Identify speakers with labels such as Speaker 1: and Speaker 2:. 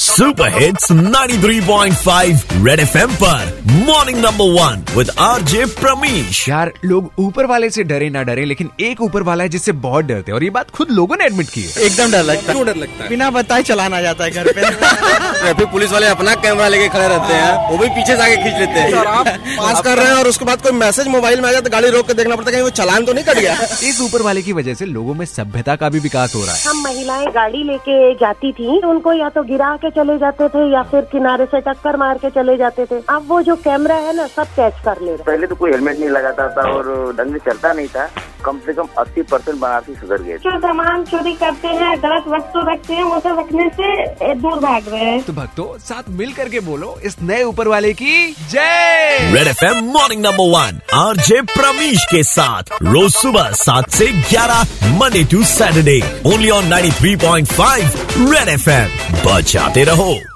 Speaker 1: Super hits 93.5 Red FM पर morning number one with RJ Pramish
Speaker 2: यार लोग ऊपर वाले से डरे ना डरे लेकिन एक ऊपर वाला है जिससे बहुत डरते हैं और ये बात खुद लोगों ने एडमिट की है
Speaker 3: एकदम डर लगता है
Speaker 4: क्यों डर लगता है
Speaker 3: बिना बताए चलाना जाता है घर पे
Speaker 4: ट्रैफिक पुलिस वाले अपना कैमरा लेके खड़े रहते हैं वो भी पीछे से आके खींच लेते हैं आप पास कर रहे हैं और उसके बाद कोई मैसेज मोबाइल में आ जाए तो गाड़ी रोक के देखना पड़ता है कहीं वो चालान तो नहीं कट गया
Speaker 2: इस ऊपर वाले की वजह से लोगों में सभ्यता का भी विकास हो रहा है
Speaker 5: हम महिलाएं गाड़ी लेके जाती थी उनको या तो गिरा के चले जाते थे या फिर किनारे से टक्कर मार के चले जाते थे अब वो जो कैमरा है ना सब कैच कर ले रहा
Speaker 6: पहले तो कोई हेलमेट नहीं लगाता था और ढंग से चलता नहीं था कम से कम 80 परसेंट बनारसी सुधर गए थे।
Speaker 5: जो सामान चोरी करते हैं गलत वस्तु रखते हैं वो सब रखने से दूर भाग रहे हैं
Speaker 2: तो भक्तों साथ मिल करके बोलो इस नए ऊपर वाले की जय
Speaker 1: Red FM morning number one RJ Pramish के साथ रोज सुबह सात से ग्यारह Monday to Saturday only on 93.5 Red FM बजाते रहो